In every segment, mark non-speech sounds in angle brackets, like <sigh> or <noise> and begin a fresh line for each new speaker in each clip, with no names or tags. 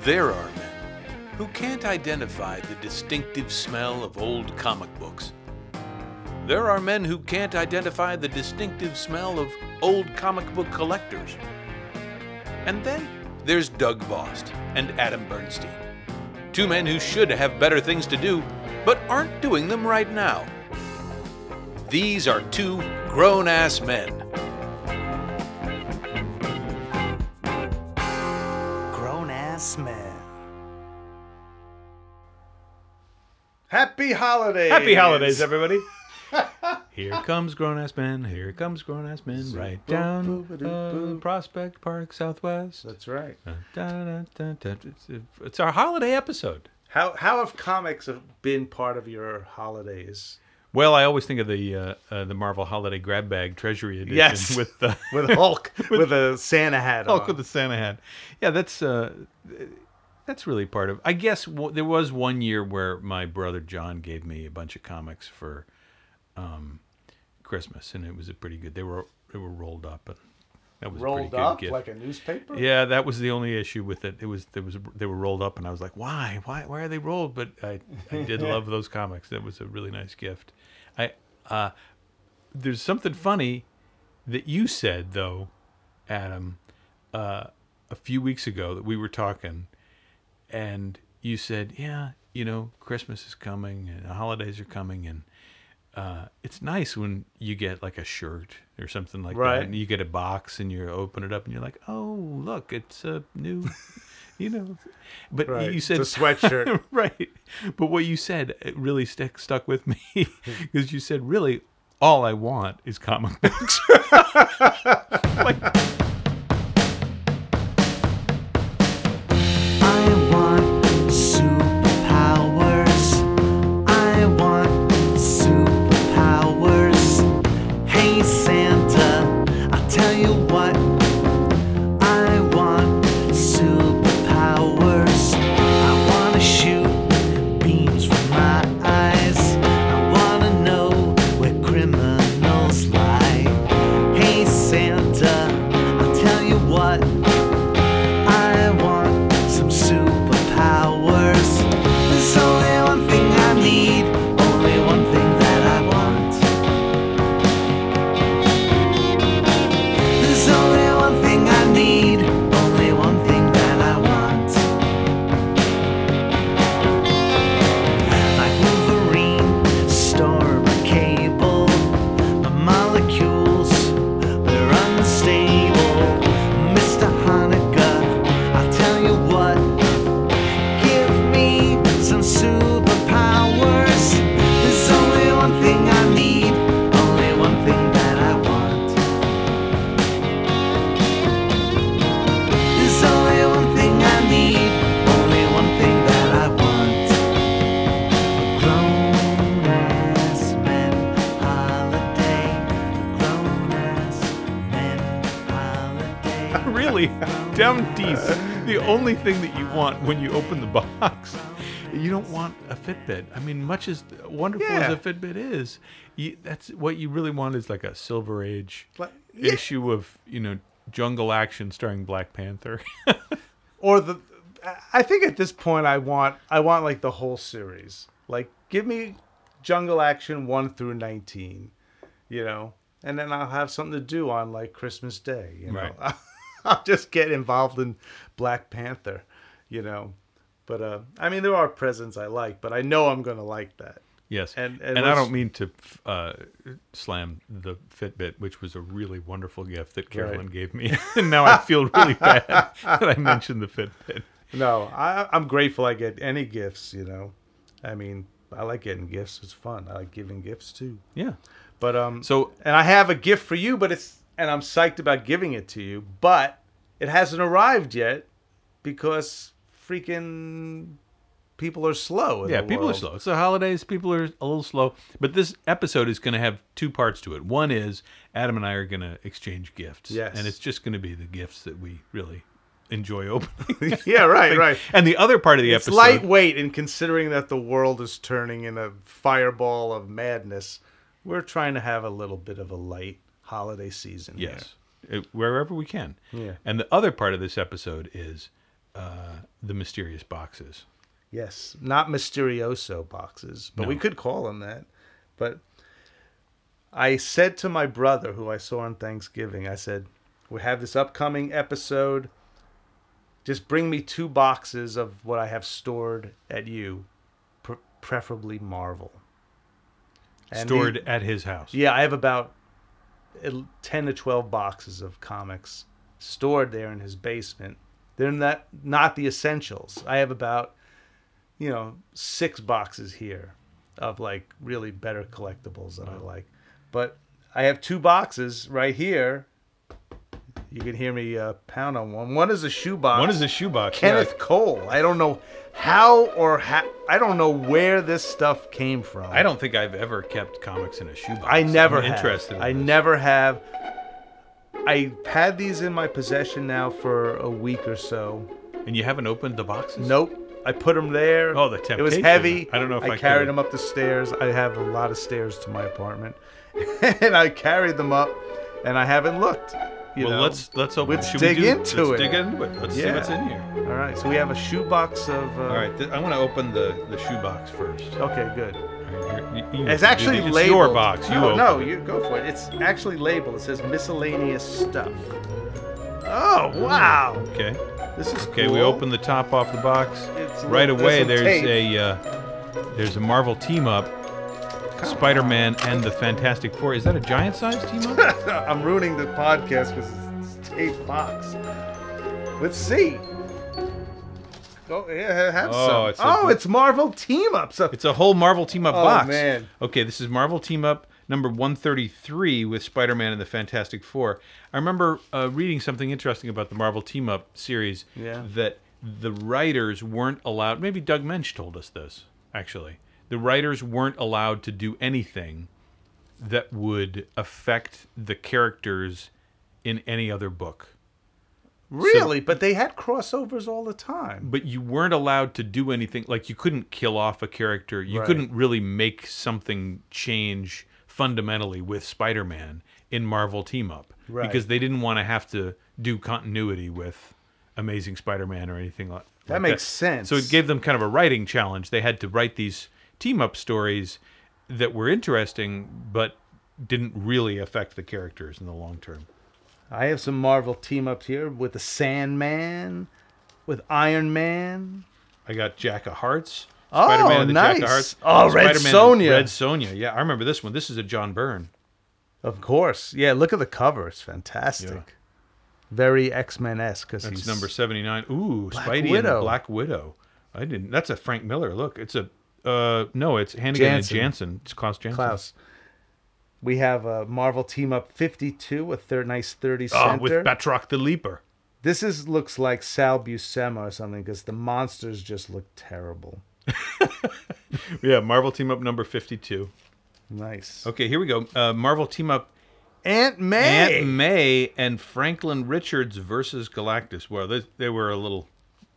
There are men who can't identify the distinctive smell of old comic books. There are men who can't identify the distinctive smell of old comic book collectors. And then there's Doug Vost and Adam Bernstein, two men who should have better things to do, but aren't doing them right now. These are two grown ass men.
Grown ass man.
Happy holidays!
Happy holidays, <laughs> everybody. Here comes grown ass men. Here comes grown ass men. Right down uh, Prospect Park Southwest.
That's right.
Uh, da, da, da, da. It's, it's our holiday episode.
How how have comics have been part of your holidays?
Well, I always think of the uh, uh, the Marvel Holiday Grab Bag Treasury Edition
Yes.
with the
<laughs> With Hulk with a Santa hat
Hulk
on.
with the Santa hat. Yeah, that's uh, that's really part of. I guess w- there was one year where my brother John gave me a bunch of comics for um, Christmas, and it was a pretty good. They were they were rolled up, and that was a
rolled
pretty
up
good gift.
like a newspaper.
yeah, that was the only issue with it. It was there was they were rolled up, and I was like, why, why, why are they rolled? But I, I
<laughs>
did love those comics. That was a really nice gift. I uh, there's something funny that you said though, Adam, uh, a few weeks ago that we were talking, and you said, yeah, you know, Christmas is coming and the holidays are coming, and uh, it's nice when you get like a shirt or something like
Right.
that, and you get a box and you open it up and you're like, oh, look, it's a new. <laughs> You know, but
Right.
you said
it's a <laughs> sweatshirt.
<laughs> right. But what you said it really stuck stuck with me <laughs> because you said really all I want is comic books.
I want superpowers. I want superpowers. Hey Santa, I'll tell you what. I want superpowers. I wanna shoot beams from my eyes. I wanna know where criminals lie. Hey Santa, I'll tell you what. I want some superpowers. There's only one thing I need, only one thing that I want. There's only one thing I need, only one thing that I want. Like Wolverine, Storm, or Cable, the molecules, they're unstable. Mr. Hanukkah, I'll tell you what, give me some superpowers. There's only one thing I need, only one thing that I want. There's only one thing I need, only one thing that I want. Grown ass men holiday. Grown ass men
<laughs>
holiday.
really, down deep. The only thing that you want when you open the box, you don't want a Fitbit. I mean, much as wonderful
Yeah.
as a Fitbit is, you, that's what you really want is like a Silver Age
Like- yeah.
issue of you know Jungle Action starring Black Panther. <laughs>
or the I think at this point I want I want like the whole series. Like give me Jungle Action 1 through 19, you know. And then I'll have something to do on like Christmas Day, you know.
Right.
<laughs> I'll just get involved in Black Panther, you know. But uh I mean there are presents I like, but I know I'm going to like that.
Yes,
And-
and,
and
and, I
let's-
don't mean to uh, slam the Fitbit, which was a really wonderful gift that Carolyn gave me, <laughs> and now I feel
<laughs>
really bad <laughs> that I mentioned the Fitbit.
No, I I'm grateful I get any gifts, you know. I mean, I like getting gifts. It's fun. I like giving gifts too.
Yeah.
But um
So
and I have a gift for you, but it's and I'm psyched about giving it to you, but it hasn't arrived yet because freaking people are slow. in
yeah,
the
people are
world.
slow. It's the holidays. People are a little slow, but this episode is going to have two parts to it. One is Adam and I are going to exchange gifts.
Yes.
and it's just going to be the gifts that we really enjoy <laughs> opening.
<laughs> yeah, right, <laughs> right.
And the other part of the
It's
episode,
lightweight, and considering that the world is turning in a fireball of madness, we're trying to have a little bit of a light holiday season. here.
Yes. It- Uh, wherever we can.
Yeah.
And the other part of this episode is uh, the mysterious boxes.
Yes, not Mysterioso boxes, but we
No.
could call them that. But I said to my brother, who I saw on Thanksgiving, I said, We have this upcoming episode. Just bring me two boxes of what I have stored at you, pre- preferably Marvel. And the-
Stored at his house.
yeah, I have about el- 10 to 12 boxes of comics stored there in his basement. They're not not the essentials. I have about you know, 6 boxes here of like really better collectibles that I like. But I have two boxes right here. You can hear me uh, pound on one. One is a shoebox.
One is a shoebox.
Kenneth Cole. I don't know how or how I don't know where this stuff came from.
Yeah. I don't think I've ever kept comics in a shoebox.
I never
I'm
have.
interested. in
I
this.
never have. I had these in my possession now for a week or so.
And you haven't opened the boxes.
Nope. I put them there.
Oh, the
It was
temptation.
heavy.
I don't know if I
carried
could.
them up the stairs. I have a lot of stairs to my apartment, <laughs> and I carried them up, and I haven't looked. You
Well,
know?
let's let's open.
Let's
should
dig
we do,
into
let's
it.
Dig into it. Let's see
Yeah.
what's in here.
All right. So we have a shoebox of. Uh,
All right, th- I want to open the the shoebox first.
Okay. Good.
All right, here- you- you-
Oh. It's actually
it's
labeled.
your box. You
no,
open
no,
it.
you go for it. It's actually labeled. It says miscellaneous stuff. Oh wow!
Okay.
This is
Okay,
Cool.
we open the top off the box.
It's-
right
there's
away,
some
there's
tape.
a uh, there's a Marvel team up, Spider-Man and the Fantastic Four. Is that a giant-sized team up?
<laughs> I'm ruining the podcast because it's it's tape box. Let's see. Go yeah, have
Oh,
some.
it's a-
oh, it's Marvel team ups.
it's a whole Marvel team up
Oh,
box.
man.
Okay, this is Marvel team up number 133 with Spider-Man and the Fantastic Four. I remember uh, reading something interesting about the Marvel team up series.
Yeah.
That the writers weren't allowed. Maybe Doug Mensch told us this. Actually, the writers weren't allowed to do anything that would affect the characters in any other book.
really, but they had crossovers all the time.
But you weren't allowed to do anything. Like you couldn't kill off a character. You
Right.
couldn't really make something change fundamentally with Spider-Man in Marvel Team Up
Right.
because they didn't want to have to do continuity with Amazing Spider-Man or anything like
That
like
makes sense.
So it gave them kind of a writing challenge. They had to write these team up stories that were interesting but didn't really affect the characters in the long term.
I have some Marvel team ups here with the Sandman, with Iron Man.
I got Jack of Hearts.
Oh,
Spider-Man and the Jack
nice.
of Hearts.
Oh, Red
Spider-Man and
Sonja.
Red Sonia. Yeah, I remember this one. This is a John Byrne.
Of course, yeah. Look at the cover; it's fantastic.
Yeah.
Very X Men esque because
That's
he's
number seventy-nine. Ooh, Spidey and the
Widow.
Black Widow. I didn't. That's a Frank Miller. Look, it's a. Uh, no, it's Hannigan
Jansen.
and Jansen. It's Klaus Jansen.
Klaus. We have a Marvel team up 52, a third nice 30 center.
Oh, with Batroc the Leaper.
this is looks like Sal Buscema or something because the monsters just look terrible.
Yeah, Marvel team up number fifty-two.
Nice.
Okay, here we go. Uh, Marvel team up
Aunt May.
Aunt May and Franklin Richards versus Galactus. Well, they, they were a little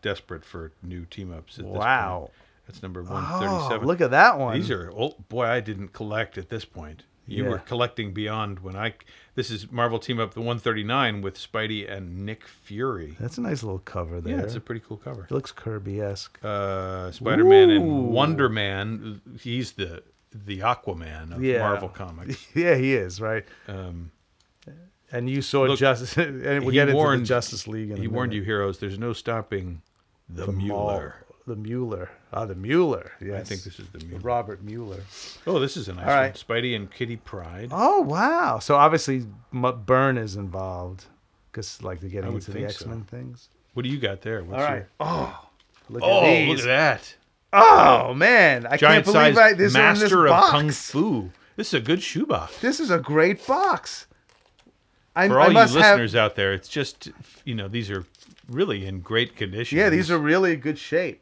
desperate for new team ups. At This
Wow.
point. That's number
Oh,
137.
look at that one.
These are, oh boy, I didn't collect at this point. You were
Yeah.
collecting beyond when I. This is Marvel Team Up the 139 with Spidey and Nick Fury.
That's a nice little cover there.
Yeah, it's a pretty cool cover.
it looks Kirby esque.
Uh, Spider Man
Ooh.
and Wonder Man. He's the the Aquaman of
Yeah.
Marvel
<laughs>
Comics.
yeah, he is, right?
Um,
And you saw
Look,
Justice. <laughs> And
he
we get into
warned-
the Justice League. In a
he warned you,
minute.
heroes. There's no stopping the,
Maul-
Mueller.
The Mueller. Ah, the Mueller. Yes.
I think this is the Mueller.
Robert Mueller.
Oh, this is a nice
All
one.
right.
Spidey and Kitty Pride.
Oh wow! So obviously, M- Byrne is involved because like they're
I
getting
would
into the
think
X Men things.
What do you got there? What's
All right.
your-
Oh, look
Oh,
at these.
look at that.
Oh man, I
Giant
can't believe
sized
I, this is in this
master of
box.
kung fu. This is a good shoebox.
This is a great box. I,
For
I
all you
must have-
listeners out there, it's just, you know, these are really in great condition.
Yeah, these are really good shape.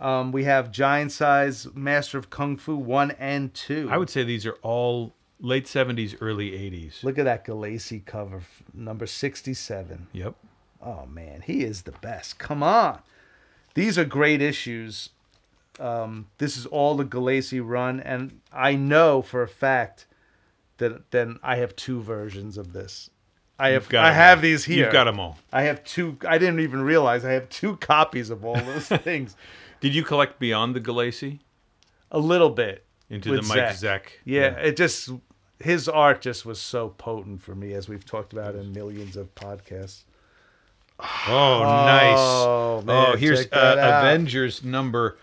Um, we have giant size Master of Kung Fu one and two.
I would say these are all late 70s, early 80s.
look at that Galassi cover, f- number sixty-seven.
Yep.
Oh man, he is the best. Come on. These are great issues. Um, this is all the Galassi run, and I know for a fact that then I have two versions of this. I have
got
I
'em
have
all.
these here.
You've got them all.
I have two. I didn't even realize I have two copies of all
<laughs>
those things.
Did you collect Beyond the Galaxy
A little bit
into
with
the Mike
Zek.
Zek?
Yeah, it just his art just was so potent for me, as we've talked about in millions of podcasts.
Oh, nice.
Oh, man,
oh, here's
check
uh,
that out.
Avengers number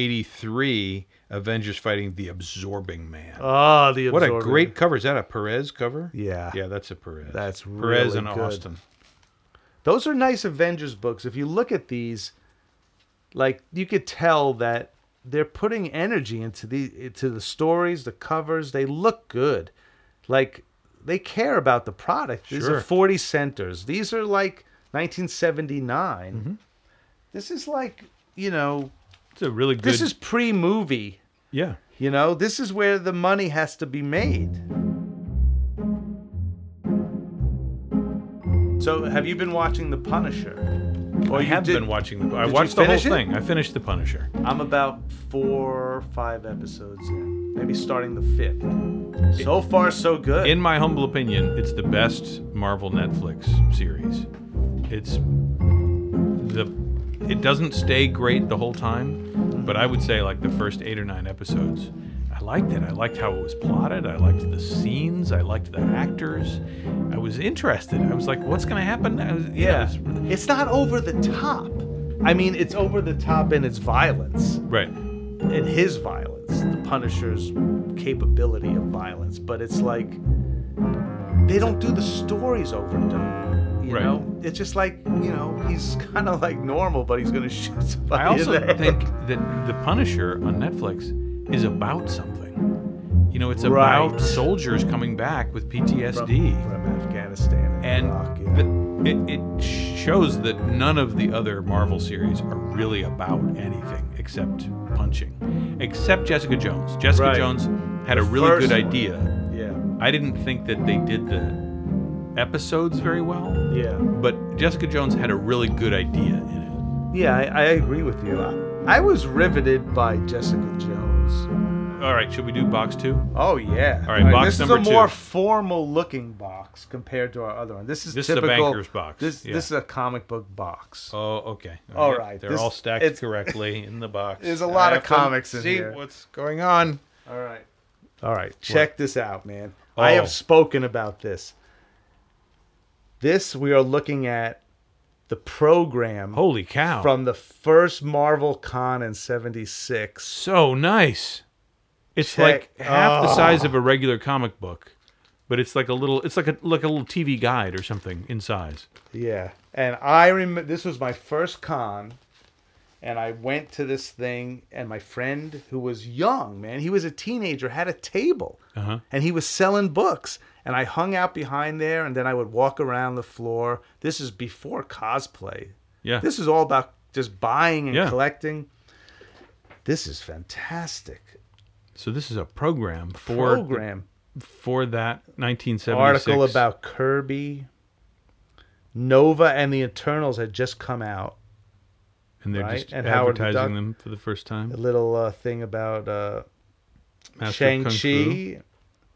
183 Avengers fighting the Absorbing Man.
Oh, the
what a
Absorbing-
great cover. Is that a Perez cover?
Yeah.
Yeah, that's a Perez.
That's
Perez
really
and
good.
Austin.
Those are nice Avengers books. If you look at these, like you could tell that they're putting energy into the into the stories, the covers. They look good. Like they care about the product. These
Sure.
are 40 centers. These are like 1979.
Mm-hmm.
This is like, you know,
It's a really good.
this is pre-movie.
yeah.
You know, this is where the money has to be made. So, have you been watching The Punisher? Or
I
you
have
did-
been watching the. I
did you
watched the whole
finish it?
thing. I finished the Punisher.
I'm about four or five episodes in, maybe starting the fifth. So far, so good.
In my humble opinion, it's the best Marvel Netflix series. It's the it doesn't stay great the whole time, but I would say like the first 8 or 9 episodes I liked it. I liked how it was plotted. I liked the scenes. I liked the actors. I was interested. I was like, "What's going to happen?" I was, you know,
yeah,
it's-
it's not over the top. I mean, it's over the top in its violence.
right.
in his violence, the Punisher's capability of violence, but it's like they don't do the stories overdone. You
Right.
know, it's just like you know he's <laughs> kind of like normal, but he's gonna <laughs> shoot somebody.
I
in
also
the head.
think that The Punisher on Netflix is about something. You know, it's about
Right.
soldiers coming back with
from,
PTSD.
from Afghanistan and,
and
Iraq, yeah.
the, it, it shows that none of the other Marvel series are really about anything except punching, except Jessica Jones. Jessica
Right.
Jones had a really good
first one.
idea.
yeah,
I didn't think that they did the episodes very well,
yeah,
but Jessica Jones had a really good idea in
yeah. I, I agree with you. I, I was riveted by Jessica Jones.
it. All right, should we do box two?
Oh yeah.
All right, box
this
number
is
two.
a more formal looking box compared to our other one. This is
This is a
typical.
banker's box.
This
Yeah.
this is a comic book box.
Oh, okay.
All right,
They're
this-
all stacked
it's- <laughs>
correctly in the box.
There's a lot
I
of
have to
comics in
see
here.
what's going on.
All right. All right. Check this out, man.
Oh.
I have spoken about this. This we are looking at the program
Holy cow.
from the first Marvel Con in 76.
so nice. It's
Check-
like half the
Oh.
size of a regular comic book, but it's like a little. It's like a like a little TV guide or something in size.
Yeah. And I remember this was my first con and I went to this thing and my friend who was young, man, he was a teenager, had a table.
Uh-huh.
and he was selling books and i hung out behind there and then i would walk around the floor this is before cosplay
Yeah.
this is all about just buying and
Yeah.
collecting this is fantastic
so this is a program for
program
for that 1976
article about kirby nova and the eternals had just come out
and they're
right,
just
and Howard the
advertising
Duck.
them for the first
a
time.
little uh, thing about uh,
Master of Kung Fu.
shang-chi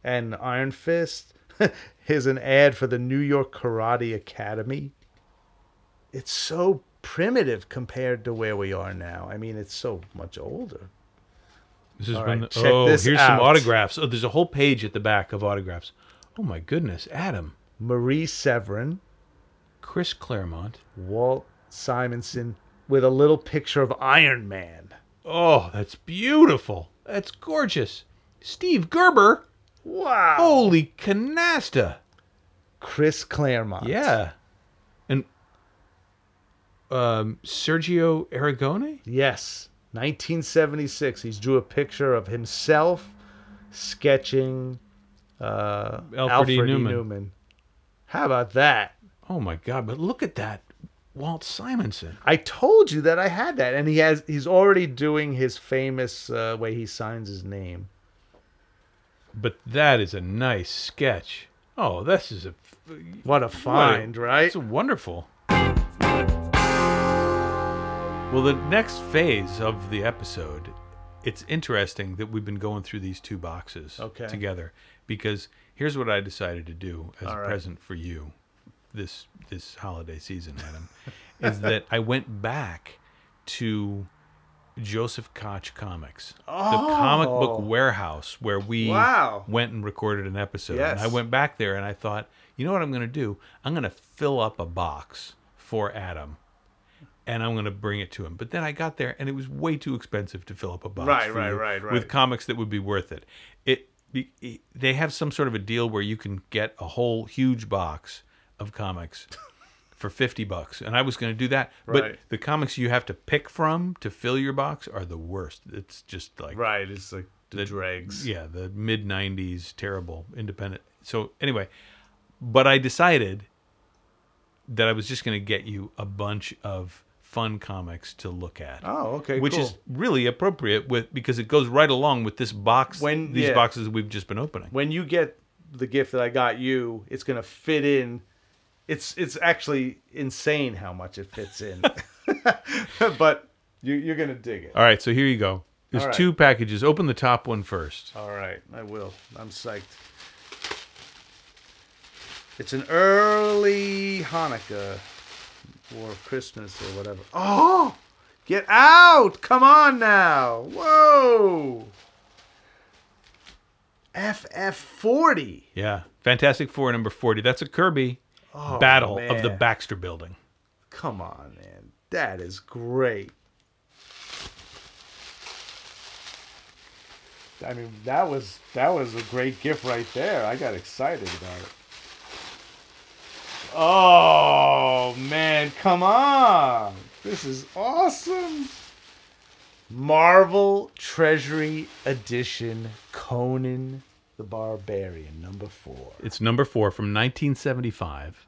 and iron fist <laughs> here's an ad for the new york karate academy it's so primitive compared to where we are now. I mean, it's so much older.
This is
All
when.
right,
the-
check
oh,
this
here's some
out.
autographs. Oh, there's a whole page at the back of autographs. Oh my goodness, Adam,
Marie Severin,
Chris Claremont.
Walt Simonson, with a little picture of Iron Man.
Oh, that's beautiful. That's gorgeous. Steve Gerber.
Wow.
Holy canasta.
Chris Claremont.
Yeah. And um, Sergio Aragone?
Yes. 1976. He drew a picture of himself sketching uh,
Alfred E. Newman.
How about that?
Oh my god, but look at that. Walt Simonson.
I told you that I had that, and he has. He's already doing his famous uh, way he signs his name.
But that is a nice sketch. Oh, this is a
What a find, right?
It's wonderful. Well, the next phase of the episode it's interesting that we've been going through these two boxes
Okay.
together because here's what I decided to do as
All
a
right.
present for you this this holiday season, Adam, <laughs> is that I went back to Joseph Koch Comics, the comic book
Oh.
warehouse where we
Wow.
went and recorded an episode. And I
Yes.
went back there and I thought, you know what I'm going to do? I'm going to fill up a box for Adam and I'm going to bring it to him. But then I got there and it was way too expensive to fill up a box
Right,
for
right,
you
right, right.
with comics that would be worth it. It be- it- they have some sort of a deal where you can get a whole huge box of
<laughs>
comics for 50 bucks and I was going to do that but
Right.
the comics you have to pick from to fill your box are the worst. It's just like
Right. It's like the,
The-
dregs.
yeah, the mid 90s terrible independent. So anyway, but I decided that I was just going to get you a bunch of fun comics to look at.
Oh, okay.
which
cool.
is really appropriate with because it goes right along with this box
When-
these
yeah.
boxes we've just been opening.
when you get the gift that I got you, it's gonna fit in. It's it's actually insane how much it fits in. <laughs> but you, you're gonna dig it.
All right, so here you go. There's
All right.
two packages. Open the top one first.
All right, I will. I'm psyched. It's an early Hanukkah or Christmas or whatever. Oh, get out! Come on now. Whoa. FF40.
Yeah. Fantastic 4 number 40. That's a Kirby Battle of the
Oh, man.
Baxter Building.
Come on, man. That is great. I mean, that was that was a great gift right there. I got excited about it. Oh, man, come on. This is awesome. Marvel Treasury Edition Conan the Barbarian number 4.
It's number 4 from 1975.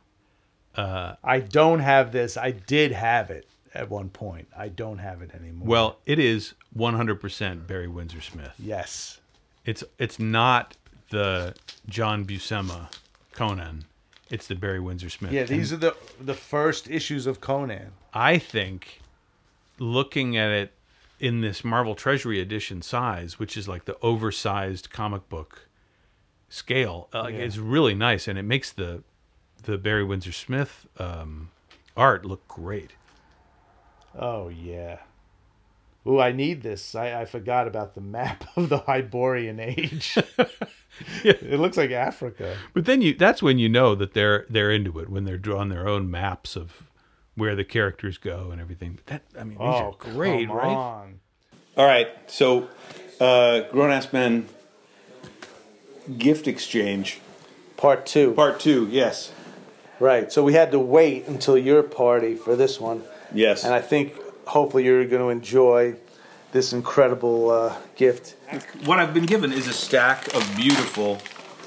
I don't have this. I did have it at one point. I don't have it anymore.
Well, it is 100% Barry Windsor Smith.
yes.
It's it's not the John Buscema Conan. It's the Barry Windsor Smith.
Yeah, these are the the first issues of Conan.
I think looking at it in this Marvel Treasury Edition size, which is like the oversized comic book scale, uh, like, it's really nice, and it makes the the Barry Windsor Smith um, art look great.
Oh yeah. Ooh, I need this. I, I forgot about the map <laughs> of the Hyborian <laughs> age. It looks like Africa.
But then you that's when you know that they're they're into it when they're drawing their own maps of where the characters go and everything. But that I mean, these are
Oh,
great,
come
right?
on.
All right, so uh, grown ass men gift exchange
Part two.
part two. Yes,
Right. So we had to wait until your party for this one.
yes.
And I think hopefully you're going to enjoy this incredible uh, gift.
what I've been given is a stack of beautiful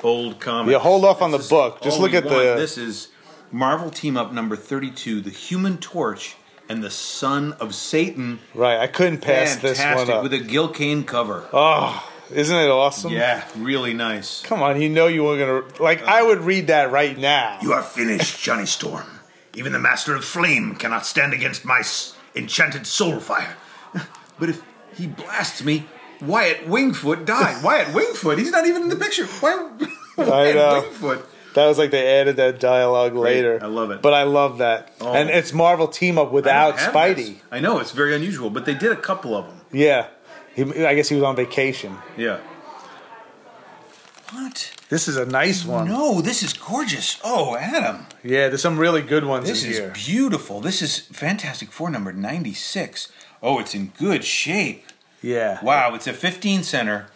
old comics.
Yeah, hold off on
This
the
is
book. Just
all
look
we
at the-
want. This is Marvel Team Up number thirty-two: The Human Torch and the Son of Satan.
Right. I couldn't pass this
Fantastic
one up.
with a Gil Kane cover.
oh, isn't it awesome?
Yeah, really nice.
Come on, you know you were going to. Like, I would read that right now.
You are finished, Johnny Storm. Even the Master of Flame cannot stand against my s- enchanted soul fire.
<laughs> But if he blasts me, Wyatt Wingfoot died. Wyatt Wingfoot. He's not even in the picture. Why? <laughs> Wyatt
know.
Wingfoot.
That was like they added that dialogue later.
I love it.
But I love that.
Oh.
And it's Marvel team up
I don't
without
have
Spidey.
this. I know it's very unusual, but they did a couple of them.
Yeah. He, I guess he was on vacation.
Yeah. What?
This is a nice one.
No, this is gorgeous. Oh, Adam,
Yeah, there's some really good ones
this
in
is
here.
beautiful. This is Fantastic Four number ninety-six. Oh, it's in good shape.
yeah.
Wow, it's a fifteen center.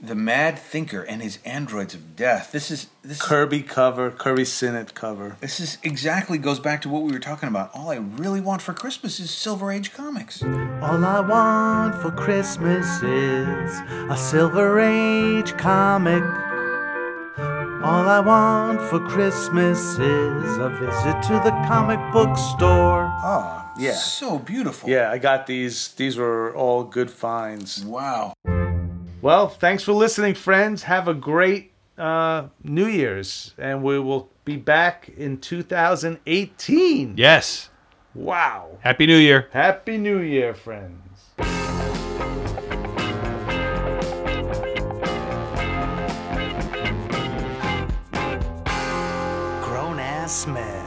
The Mad Thinker and his Androids of Death. This is this.
Kirby cover, Kirby Sinnott cover.
This is exactly goes back to what we were talking about. All I really want for Christmas is Silver Age comics.
All I want for Christmas is a Silver Age comic. All I want for Christmas is a visit to the comic book store.
Oh, yeah.
So beautiful.
Yeah, I got these. These were all good finds.
Wow.
Well, thanks for listening, friends. Have a great uh, New Year's, and we will be back in 2018.
Yes.
Wow.
Happy New Year.
Happy New Year, friends.
smell.